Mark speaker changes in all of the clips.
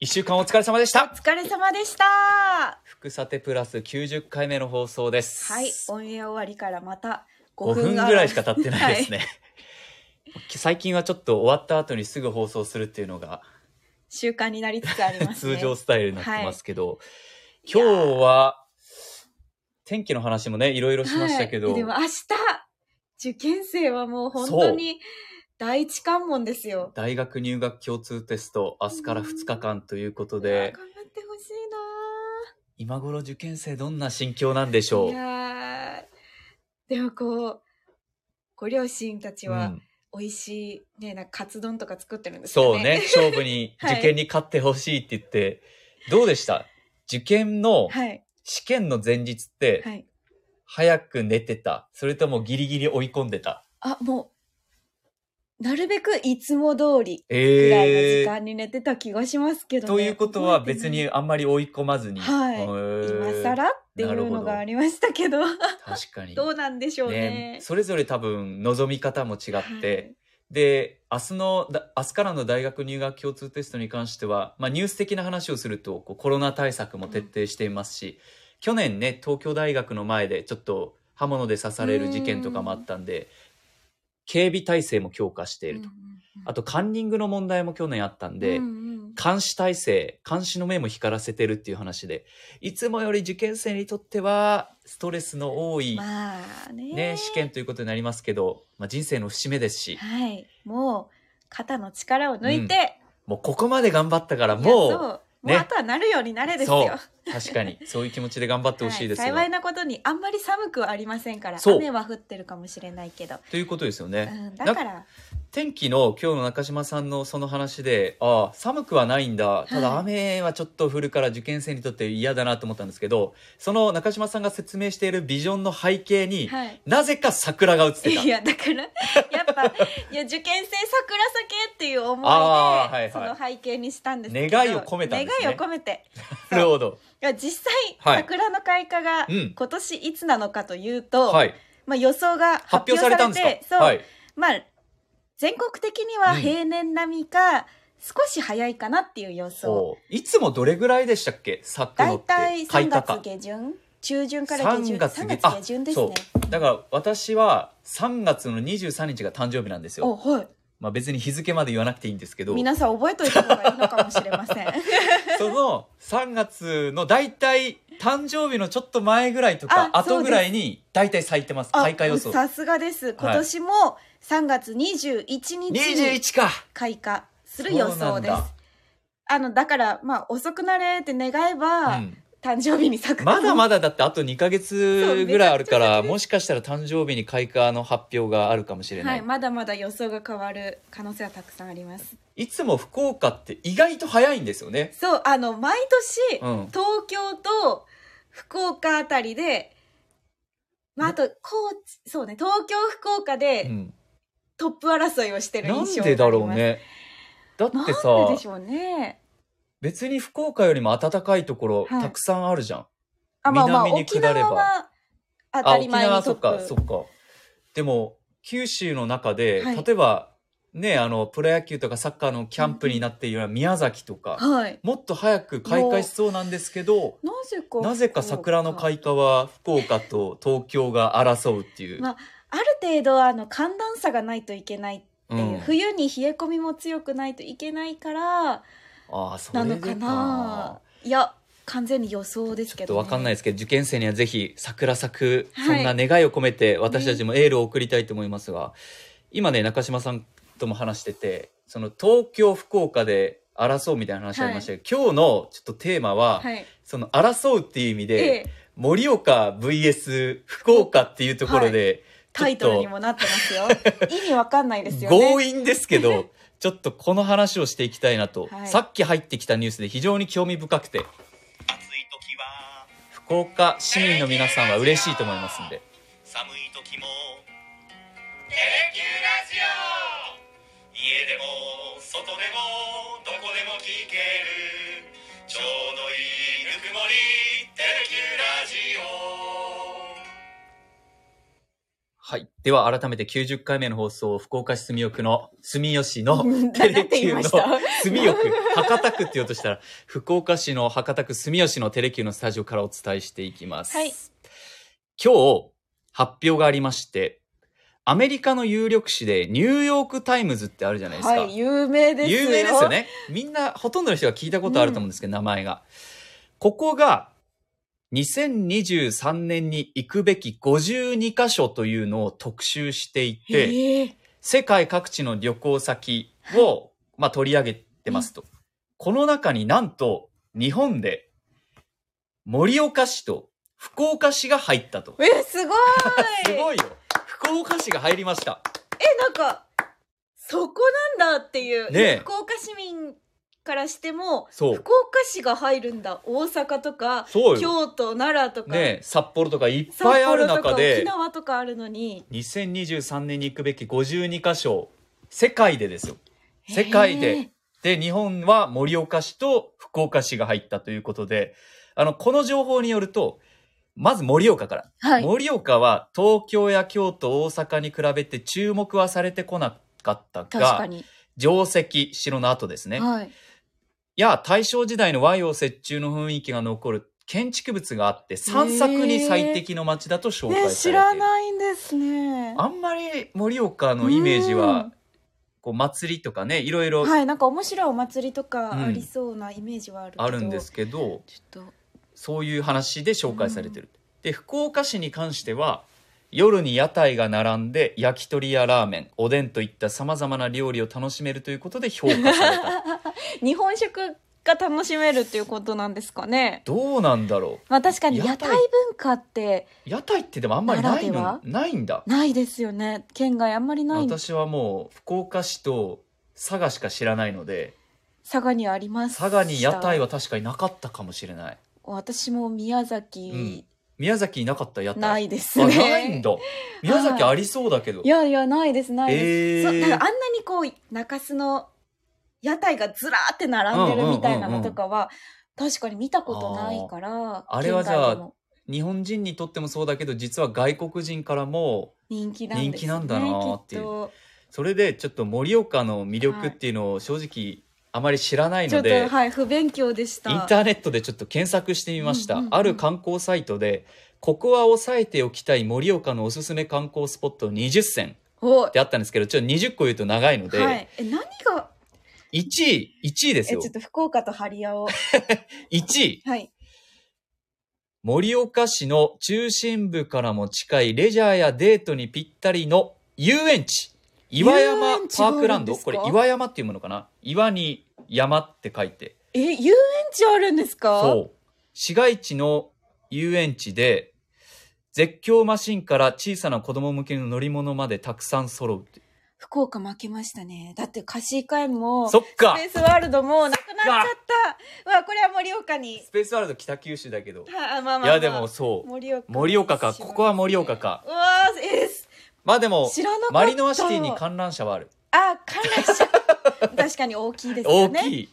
Speaker 1: 一週間お疲れ様でした
Speaker 2: お。疲れ様でした。は
Speaker 1: 福さてプラス90回目の放送です。
Speaker 2: い、オンエア終わりからまた
Speaker 1: 5
Speaker 2: 5分
Speaker 1: 分ぐらいしか経ってないですね。最近はちょっと終わった後にすぐ放送するっていうのが
Speaker 2: 習慣になりつつありますね。
Speaker 1: 通常スタイルになってますけど、今日は天気の話もね、いろいろしましたけど、
Speaker 2: はいでも明日、受験生はもう本当に第一関門ですよ。
Speaker 1: 大学入学共通テスト、明日から2日間ということ
Speaker 2: うわ
Speaker 1: で、
Speaker 2: 頑張ってほし
Speaker 1: 今頃受験生どんな心境なんでしょう
Speaker 2: いな。いやーでもこう、ご両親たち
Speaker 1: う
Speaker 2: は
Speaker 1: ん
Speaker 2: 美味しい、ね、なんかカツ丼とか作ってるんです
Speaker 1: そ
Speaker 2: よ
Speaker 1: う
Speaker 2: ね。
Speaker 1: ね、勝負に、
Speaker 2: はい
Speaker 1: 受験に勝ってほしいって言って、どうでした受験の
Speaker 2: はい。
Speaker 1: 試験の前日って、
Speaker 2: はい。
Speaker 1: 早く寝てたそれともギリギリ追い込んでた
Speaker 2: あ、もう、なるべくいつも通りぐらいの
Speaker 1: え
Speaker 2: 時
Speaker 1: え
Speaker 2: 間に寝てた気がしますけど、ね
Speaker 1: ということは別にあんまり追い込まずに。
Speaker 2: はい
Speaker 1: へー
Speaker 2: 今更っていうのがありましたけど
Speaker 1: 確かに。
Speaker 2: どうなんでしょうね。
Speaker 1: それぞれ多分望み方も違って、
Speaker 2: はい
Speaker 1: で明日のだ明日からの大学入学共通テストに関しては、まあ、ニュース的な話をするとこうコロナ対策も徹底していますし、去年ね東京大学の前でちょっと刃物で刺される事件とかもあったんで警備体制も強化していると、あ
Speaker 2: と
Speaker 1: とカンニングの問題も去年あったんで、監視体制監視の目も光らせてるっていう話でいつもより受験生にとってはストレスの多い、
Speaker 2: まあね
Speaker 1: ね、試験ということになりますけど、まあ、人生の節目ですし、
Speaker 2: はいもう肩の力を抜いて、
Speaker 1: もうここまで頑張ったから
Speaker 2: いやそう
Speaker 1: も
Speaker 2: もう、
Speaker 1: ね
Speaker 2: あとはなるようになれです
Speaker 1: そ
Speaker 2: よ
Speaker 1: う。う確かにそういう気持ちで頑張ってほしいです
Speaker 2: は
Speaker 1: よ、
Speaker 2: 幸いなことにあんまり寒くはありませんから
Speaker 1: そう
Speaker 2: 雨は降ってるかもしれないけど、
Speaker 1: ということですよ
Speaker 2: う
Speaker 1: ね、
Speaker 2: ん、だか
Speaker 1: な
Speaker 2: ら
Speaker 1: 天気の今日の中島さんのその話でああ寒くはないんだただ
Speaker 2: はい
Speaker 1: 雨はちょっと降るから受験生にとって嫌だなと思ったんですけどその中島さんが説明しているビジョンの背景に、
Speaker 2: はい
Speaker 1: なぜか桜が映ってた
Speaker 2: いやだからやっぱいや受験生桜酒っていう思いで、
Speaker 1: ああはいはい
Speaker 2: その背景にしたんです
Speaker 1: 願いを込めたんですね
Speaker 2: 願いを込めて
Speaker 1: なるほど
Speaker 2: いや実際、
Speaker 1: はい
Speaker 2: 桜の開花が
Speaker 1: うん
Speaker 2: 今年いつなのかというと、
Speaker 1: はい
Speaker 2: まあ、予想が
Speaker 1: 発表
Speaker 2: 発表
Speaker 1: さ
Speaker 2: さ
Speaker 1: れ
Speaker 2: れて
Speaker 1: たんですか
Speaker 2: そう、
Speaker 1: はい
Speaker 2: まあ、全国的には平年並みか、少し早いかなっていう予想
Speaker 1: ほういつもどれぐらいでしたっけ咲くの
Speaker 2: 大
Speaker 1: って開
Speaker 2: 体3
Speaker 1: 花
Speaker 2: 月
Speaker 1: か
Speaker 2: 下旬中旬から下旬
Speaker 1: 3月下
Speaker 2: 3
Speaker 1: 旬
Speaker 2: 月下旬ですね
Speaker 1: そうだから私は3月の23日が誕生日なんです
Speaker 2: お
Speaker 1: よ、
Speaker 2: はい
Speaker 1: まあ、別に日付まで言わなくていいんですけど
Speaker 2: 皆さん覚えといた方がいいのかもしれません
Speaker 1: その3月の大体誕生日のちょっと前ぐらいとか
Speaker 2: あ
Speaker 1: 後ぐらいに大体咲いてます
Speaker 2: あ
Speaker 1: 開花予想
Speaker 2: さすがです今年も3月21日に
Speaker 1: 21か
Speaker 2: 開花する予
Speaker 1: そうな
Speaker 2: 想
Speaker 1: ん
Speaker 2: です
Speaker 1: だ
Speaker 2: あのだからまあ遅くなれって願えば、
Speaker 1: うん
Speaker 2: 誕生日に咲く
Speaker 1: まだま
Speaker 2: だ
Speaker 1: だだってあと2ヶ月ぐらいあるからもしかしたら誕生日に開花の発表があるかもしれな、
Speaker 2: はいいまだまだ予想が変わる可能性はたくさんあります
Speaker 1: い、つも福岡って意外と早いんですよね
Speaker 2: そうあの毎年、
Speaker 1: うん
Speaker 2: 東京と福岡あたりでまあ、あと高知そうね東京福岡
Speaker 1: う
Speaker 2: で
Speaker 1: ん、
Speaker 2: トップ争いをしてる
Speaker 1: な
Speaker 2: 印
Speaker 1: ん
Speaker 2: 象
Speaker 1: で
Speaker 2: が
Speaker 1: だ
Speaker 2: あり
Speaker 1: ろ
Speaker 2: ます
Speaker 1: うねだってさ
Speaker 2: なんででしょうね
Speaker 1: 別に福岡よりも暖かいところ、
Speaker 2: はい
Speaker 1: たくさんあるじゃん
Speaker 2: あまあまあ
Speaker 1: 南に
Speaker 2: 沖
Speaker 1: 下れば
Speaker 2: 縄は当
Speaker 1: あ
Speaker 2: たり
Speaker 1: 沖
Speaker 2: 前に
Speaker 1: 縄
Speaker 2: ト
Speaker 1: そ
Speaker 2: ッ
Speaker 1: っ
Speaker 2: プ
Speaker 1: かそっかでも九州の中で、
Speaker 2: はい
Speaker 1: 例えばねあのプロ野球とかサッカーのキャンプになっているような宮崎とか、
Speaker 2: はい
Speaker 1: もっと早く開花しそうなんですけど
Speaker 2: なぜか
Speaker 1: なぜか桜の
Speaker 2: 開
Speaker 1: 開花は福岡と東京が争うっていう、
Speaker 2: まある程度あの寒暖差がないといけないって
Speaker 1: う
Speaker 2: いう、
Speaker 1: ん、
Speaker 2: 冬に冷え込みも強くないといけないから
Speaker 1: ああそれ
Speaker 2: な
Speaker 1: で
Speaker 2: のかないや完全に予想です
Speaker 1: ちょ
Speaker 2: け
Speaker 1: っと
Speaker 2: ど、ね、
Speaker 1: わかんないで
Speaker 2: い
Speaker 1: すけど受験生にはぜひ桜咲く、
Speaker 2: はい
Speaker 1: そんな願いを込めて私たちもエールを送りたいと思いますが、今ね中島さんとも話しててその東京福岡で争うみたいな話ありましたけど、今日のちょっとテーマは、
Speaker 2: はい
Speaker 1: その争うっていう意味
Speaker 2: え
Speaker 1: で
Speaker 2: え
Speaker 1: 盛、岡 VS 福岡っていうところで、
Speaker 2: タイ
Speaker 1: ちょ
Speaker 2: ト
Speaker 1: っ
Speaker 2: ル
Speaker 1: と
Speaker 2: にもなってま すよ意味わかんないですよね
Speaker 1: 強引ですけ どちょっとこの話をしていきたいなと、
Speaker 2: はい
Speaker 1: さっき入ってきたニュースで非常に興味深くて
Speaker 3: 暑い時は
Speaker 1: 福岡市民の皆さんは嬉しいと思いますんで
Speaker 3: 寒い時も「テレキュラジオ」家でも外でもどこでも聞けるちょうどいいぬくもり「テレキュラジオ」
Speaker 1: はい。では、改めて90回目の放送、福岡市住尾区の、住吉のテ
Speaker 2: な
Speaker 1: レ
Speaker 2: んて言い
Speaker 1: キュー
Speaker 2: ま
Speaker 1: の、
Speaker 2: した
Speaker 1: 住尾区、博多区って言おうとしたら、福岡市の博多区住吉のテレキューのスタジオからお伝えしていきます。
Speaker 2: はい
Speaker 1: 今日、発表がありまして、アメリカの有力紙で、ニューヨークタイムズってあるじゃないですか。
Speaker 2: はい、有名ですよ。
Speaker 1: 有名ですよ。ね。みんな、ほとんどの人が聞いたことあると思うんですけど、名前が。ここが、2023年に行くべき52カ所というのを特集していて、
Speaker 2: ええ
Speaker 1: 世界各地の旅行先を、まあ、取り上げてますと。この中になんと、日本で、盛岡市と福岡市が入ったと。
Speaker 2: え、すごい
Speaker 1: すごいよ。福岡市が入りました。
Speaker 2: え、なんか、そこなんだっていう。
Speaker 1: ねえ
Speaker 2: 福岡市民からしても、
Speaker 1: そう。
Speaker 2: 福岡市が入るんだ。大阪とか、
Speaker 1: そうよ。
Speaker 2: 京都、奈良とか、
Speaker 1: ねえ札幌とかいっ
Speaker 2: 札
Speaker 1: ぱいある
Speaker 2: 幌とか
Speaker 1: 中で。
Speaker 2: 沖縄とかあるのに。
Speaker 1: 2023年に行くべき52箇所世界でですよ世界で
Speaker 2: ええ
Speaker 1: で日本は盛岡市と福岡市が入ったということであのこの情報によるとまず盛岡から
Speaker 2: はい。
Speaker 1: 盛岡は東京や京都大阪に比べて注目はされてこなかった
Speaker 2: 確か
Speaker 1: が
Speaker 2: に。
Speaker 1: 定石城の後ですね、
Speaker 2: はい。
Speaker 1: や大正時代の和洋折衷の雰囲気が残る建築物があって散策に最適の街だと紹
Speaker 2: ね、
Speaker 1: 介され
Speaker 2: 知
Speaker 1: て
Speaker 2: ら
Speaker 1: いる、
Speaker 2: ないんですね。
Speaker 1: あんまり盛岡のイメージ
Speaker 2: う
Speaker 1: は
Speaker 2: ん
Speaker 1: こう祭りとかねいろいろ
Speaker 2: はい、なんか面白いお祭りとかありそうなイメージはあるけど。
Speaker 1: あるんですけど、
Speaker 2: ちょっと。
Speaker 1: そういう話で紹介されてる、で福岡市に関しては夜に屋台が並んで焼き鳥やラーメンおでんといったさまざまな料理を楽しめるということで評価され た
Speaker 2: 日本食が楽しめるっていうことなんですかね。
Speaker 1: どうなんだろ
Speaker 2: まあ確かに
Speaker 1: 屋台
Speaker 2: 屋台文化って
Speaker 1: う屋台ってでもあんまりないの
Speaker 2: 奈
Speaker 1: ないんだ
Speaker 2: ないですよね。県外あんまりない
Speaker 1: 私はもう福岡市と佐賀しか知らないので
Speaker 2: 佐賀にあります。
Speaker 1: 佐賀に屋台は確かになかったかもしれない
Speaker 2: 私も宮崎
Speaker 1: 宮崎になかった屋台
Speaker 2: ないです
Speaker 1: あ
Speaker 2: ね。
Speaker 1: ないんだ。宮崎ありそうだけど。
Speaker 2: いやいやないですないです。
Speaker 1: え
Speaker 2: そうだから
Speaker 1: ー
Speaker 2: あんなにこう中洲の屋台がずらーって並んでるみたいなのとかは、確かに見たことないか
Speaker 1: あ
Speaker 2: ら
Speaker 1: ーあれはじゃあ
Speaker 2: 県外でも
Speaker 1: 日本人にとってもそうだけど、実は外国人からも、
Speaker 2: 人気なんです、ね、
Speaker 1: 人気なんだなーっていう
Speaker 2: きと
Speaker 1: それでちょっと盛岡の魅力っていうのを正直あまり知らない
Speaker 2: ちょ
Speaker 1: の
Speaker 2: っ
Speaker 1: で、
Speaker 2: とはい不勉強でした
Speaker 1: インターネットでちょっと検索してみました。
Speaker 2: うんうんうん
Speaker 1: ある観光サイトで、ここは押さえておきたい盛岡のおすすめ観光スポット20選
Speaker 2: お
Speaker 1: であったんですけど、ちょっと20個言うと長いので、
Speaker 2: はい、え何が
Speaker 1: 1位、1位です
Speaker 2: え
Speaker 1: よ
Speaker 2: ちょっ。と福岡とハリアを
Speaker 1: 1位。
Speaker 2: はい
Speaker 1: 盛岡市の中心部からも近いレジャーやデートにぴったりの遊園地岩
Speaker 2: 遊
Speaker 1: 山
Speaker 2: 園地
Speaker 1: パークランド
Speaker 2: があるんです
Speaker 1: こ
Speaker 2: か
Speaker 1: れ岩山っていうものかな岩に山って書いて
Speaker 2: え遊園地あるんですか
Speaker 1: そう市街地の遊園地で絶叫マシンから小さな子供向けの乗り物までたくさん揃うって
Speaker 2: 福岡負けましたねだって貸し会も
Speaker 1: そっか
Speaker 2: スペースワールドもなくなっちゃったうわこれは盛岡に
Speaker 1: スペースワールド北九州だけど
Speaker 2: はあまあまあ、
Speaker 1: い
Speaker 2: まあ、
Speaker 1: やでもそう
Speaker 2: 盛岡
Speaker 1: 盛岡かここは盛岡か
Speaker 2: うわーえーす
Speaker 1: まあでも
Speaker 2: 知らなかった
Speaker 1: マリノアシティに観覧車はある
Speaker 2: あ観覧車 確かに大きいですよ
Speaker 1: 大
Speaker 2: ね
Speaker 1: きい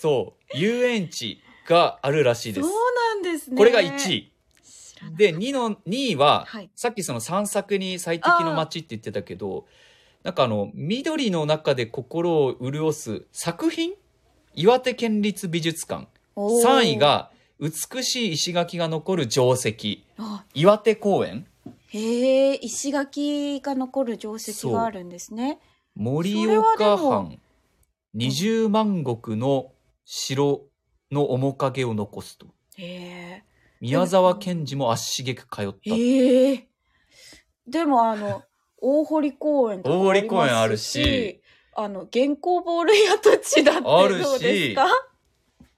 Speaker 1: そう遊園地があるらしいです
Speaker 2: そうなんですね
Speaker 1: これが1位
Speaker 2: 知らな
Speaker 1: で2の2位は、
Speaker 2: はい
Speaker 1: さっきその散策に最適の街って言ってたけどなんかあの緑の中で心を潤す作品岩手県立美術館
Speaker 2: おー
Speaker 1: 3位が美しい石垣が残る定石
Speaker 2: あ
Speaker 1: 岩手公園
Speaker 2: へえ石垣が残る定石があるんですね
Speaker 1: 盛
Speaker 2: それ
Speaker 1: 岡
Speaker 2: はでも
Speaker 1: 藩二十万石の城の面影を残すと
Speaker 2: へ
Speaker 1: 宮沢賢治も足しげく通った
Speaker 2: えへえでも あの大堀公園とかも
Speaker 1: 大
Speaker 2: ります
Speaker 1: 堀公園あるし
Speaker 2: あの原稿ボール跡地だってど
Speaker 1: あるし
Speaker 2: うですか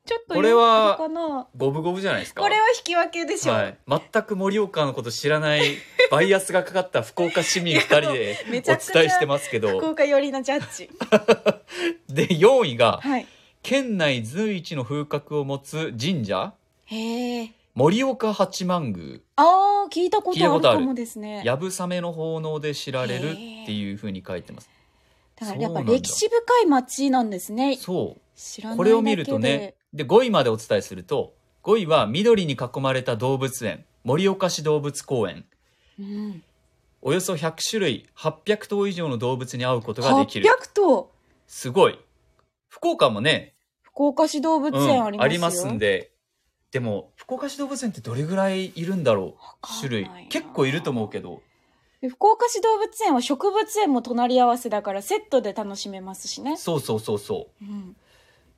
Speaker 2: ちょっと
Speaker 1: これは
Speaker 2: よくわかんないかな
Speaker 1: 五分五分じゃないですか
Speaker 2: これは引き分けでしょ、
Speaker 1: はい、全く盛岡のこと知らないバイアスがかかった福岡市民2人でお
Speaker 2: めち
Speaker 1: 伝
Speaker 2: ゃくちゃ
Speaker 1: えしてますけ
Speaker 2: 福
Speaker 1: ど
Speaker 2: 岡寄りのジャッジ
Speaker 1: で4位が
Speaker 2: はい
Speaker 1: 県内随一の風格を持つ神社
Speaker 2: へえ
Speaker 1: 盛岡八幡宮
Speaker 2: あー聞いたこと
Speaker 1: 聞いた
Speaker 2: あ
Speaker 1: こ
Speaker 2: る
Speaker 1: とある
Speaker 2: かもですね
Speaker 1: やぶさめの奉納で知られるっていうふうに書いてます
Speaker 2: だからやっぱ
Speaker 1: そうなんだ
Speaker 2: 歴史深い町なんですね
Speaker 1: そ
Speaker 2: 知らな
Speaker 1: う
Speaker 2: い
Speaker 1: これを見るとねで5位までお伝えすると5位は緑に囲まれた動物園盛岡市動物公園
Speaker 2: だけで、うん、
Speaker 1: およそ100種類800頭以上の動物に会うことができ
Speaker 2: 800
Speaker 1: る
Speaker 2: 頭
Speaker 1: すごい福岡もね、
Speaker 2: 福岡市動物
Speaker 1: うん
Speaker 2: 園ありますよ、
Speaker 1: ありますんででも福岡市動物園ってどれぐらいいるんだろう
Speaker 2: かんない
Speaker 1: 種類
Speaker 2: な
Speaker 1: 結構いると思うけど
Speaker 2: で福岡市動物園は植物園も隣り合わせだからセットで楽しめますしね、
Speaker 1: そうそうそうそう
Speaker 2: うん、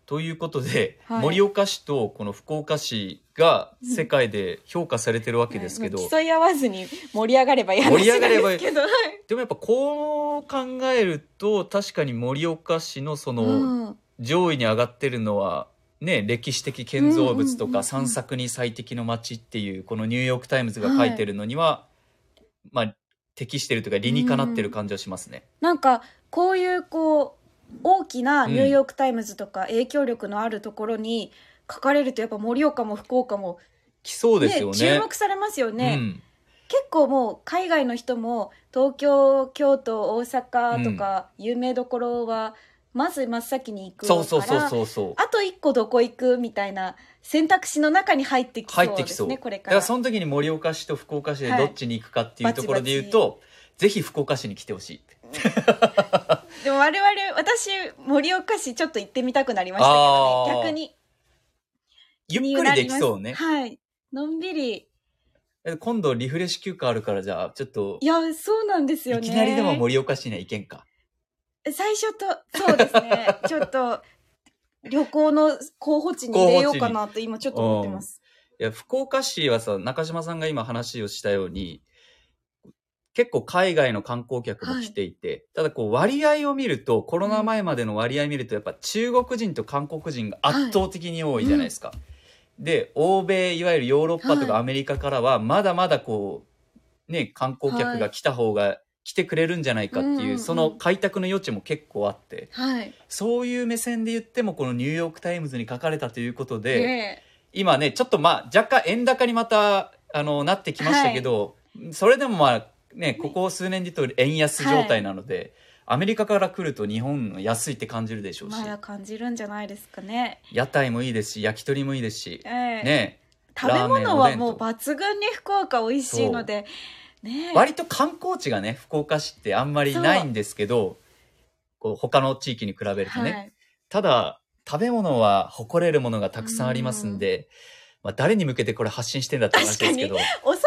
Speaker 1: ということで、
Speaker 2: はい
Speaker 1: 盛岡市とこの福岡市が世界で評価されてるわけですけど、
Speaker 2: はい競い合わずに盛り上がればい い話なんですけどはい
Speaker 1: でもやっぱこう考えると確かに盛岡市のその
Speaker 2: うん
Speaker 1: 上位に上がってるのは、ね、歴史的建造物と
Speaker 2: うんうんう
Speaker 1: か
Speaker 2: んうん
Speaker 1: 散策に最適の街っていうこのニューヨーク・タイムズが書いてるのには、まあ適してるというか理にかなってる感じはしますね。
Speaker 2: なんかこういうこう大きなニューヨーク・タイムズとか影響力のあるところに書かれるとやっぱ盛岡も福岡も、
Speaker 1: 来そう
Speaker 2: ね
Speaker 1: ですよね。
Speaker 2: 注目されますよね、
Speaker 1: うん
Speaker 2: 結構もう海外の人も東京京都大阪とか有名どころはまず真っ先に行くから、
Speaker 1: そうそうそうそうそう。
Speaker 2: あと一個どこ行くみたいな選択肢の中に入ってきそう
Speaker 1: 入って
Speaker 2: で
Speaker 1: きそ
Speaker 2: す
Speaker 1: う
Speaker 2: ねこれ
Speaker 1: だ
Speaker 2: か
Speaker 1: かららその時に盛岡市と福岡市で
Speaker 2: はい
Speaker 1: どっちに行くかっていうところで言うと、ぜひ福岡市に来てほしいって
Speaker 2: でも我々私盛岡市ちょっと行ってみたくなりましたけどね
Speaker 1: あー
Speaker 2: 逆に
Speaker 1: ゆっくりできそうね、
Speaker 2: はいのんびり
Speaker 1: え今度リフレッシュ休暇あるからじゃあちょっと
Speaker 2: いやそうなんですよ
Speaker 1: い
Speaker 2: ね
Speaker 1: きなりでも盛岡市には行けんか
Speaker 2: 最初とそうです ねちょっと旅行の候補地に入れようかなと今ちょっと思ってます
Speaker 1: いや福岡市はさ中島さんが今話をしたように結構海外の観光客も来ていて、ただこう割合を見るとコロナ前までの割合見るとやっぱ中国人と韓国人が圧倒的に多いじゃないですか。で欧米いわゆるヨーロッパとか
Speaker 2: はい
Speaker 1: アメリカからはまだまだこう、ね、観光客が来た方が来てくれるんじゃないかっていう、
Speaker 2: うんうんうん
Speaker 1: その開拓の余地も結構あって
Speaker 2: はい
Speaker 1: そういう目線で言ってもこのニューヨーク・タイムズに書かれたということで。
Speaker 2: ね
Speaker 1: 今ねちょっとまあ若干円高にまたあのなってきましたけど、それでもまあねここ数年で言うと円安状態なので、アメリカから来ると日本の安いって感じるでしょうし、
Speaker 2: まだ感じるんじゃないですかね、
Speaker 1: 屋台もいいですし焼き鳥もいいですし、
Speaker 2: ええ
Speaker 1: ね
Speaker 2: 食べ物
Speaker 1: ラーメン
Speaker 2: は
Speaker 1: お
Speaker 2: も
Speaker 1: でん
Speaker 2: う
Speaker 1: と
Speaker 2: 抜群に福岡美味しいのでねえ
Speaker 1: 割と観光地がね福岡市ってあんまりないんですけどこう他の地域に比べるとね、
Speaker 2: はい、
Speaker 1: ただ食べ物は誇れるものがたくさんありますんで、まあ、誰に向けてこれ発信してんだって話ですけど。
Speaker 2: おそ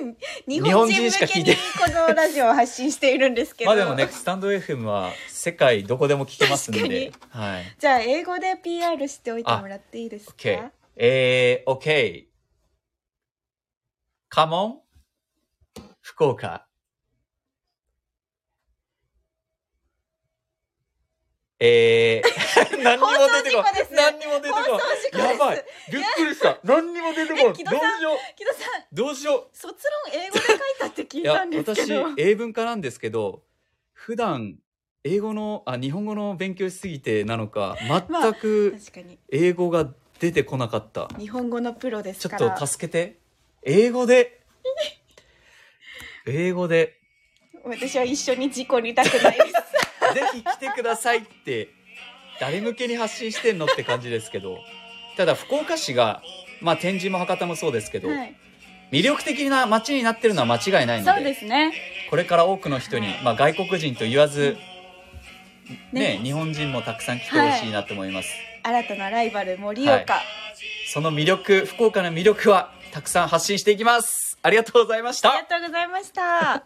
Speaker 2: らく日本人向けにこのラジオを発信しているんですけど
Speaker 1: まあでもね、スタンド FM は世界どこでも聞けますんで。はい。
Speaker 2: じゃあ英語で PR しておいてもらっていいですか
Speaker 1: OK。えー、OK。カモン福岡。え ー、何にも出てこな
Speaker 2: 放送事故で
Speaker 1: い。
Speaker 2: す
Speaker 1: 何にも出てこ
Speaker 2: 放送事故で
Speaker 1: ない。
Speaker 2: す
Speaker 1: やばい。びっくりした。何にも出てこない。どう
Speaker 2: え
Speaker 1: し
Speaker 2: 木
Speaker 1: よ
Speaker 2: 戸さん
Speaker 1: う。
Speaker 2: 木戸さん
Speaker 1: どうしよう。
Speaker 2: 卒論英語で書いたって聞い
Speaker 1: い
Speaker 2: た
Speaker 1: や
Speaker 2: んですけ
Speaker 1: 私
Speaker 2: ど
Speaker 1: 英文化なんですけど普段英語のあ日本語の勉強しすぎてなのか全く
Speaker 2: 確かに
Speaker 1: 英語が出てこなかった、
Speaker 2: 日本語のプロです
Speaker 1: ちょ
Speaker 2: か
Speaker 1: っ
Speaker 2: ら
Speaker 1: と助けて英語で英語で
Speaker 2: 私は一緒に事故にいたくないです
Speaker 1: ぜひ来てくださいって誰向けに発信してんのって感じですけどただ福岡市が、まあ、天神も博多もそうですけど、
Speaker 2: はい
Speaker 1: 魅力的な街になってるのは間違いないの
Speaker 2: そうですね
Speaker 1: これから多くの人に、まあ、外国人と言わず、ね
Speaker 2: ね
Speaker 1: 日本人もたくさん来てほしいなと思います、
Speaker 2: 新たなライバル盛岡、
Speaker 1: その魅力福岡の魅力はたくさん発信していきますありがとうございました
Speaker 2: ありがとうございました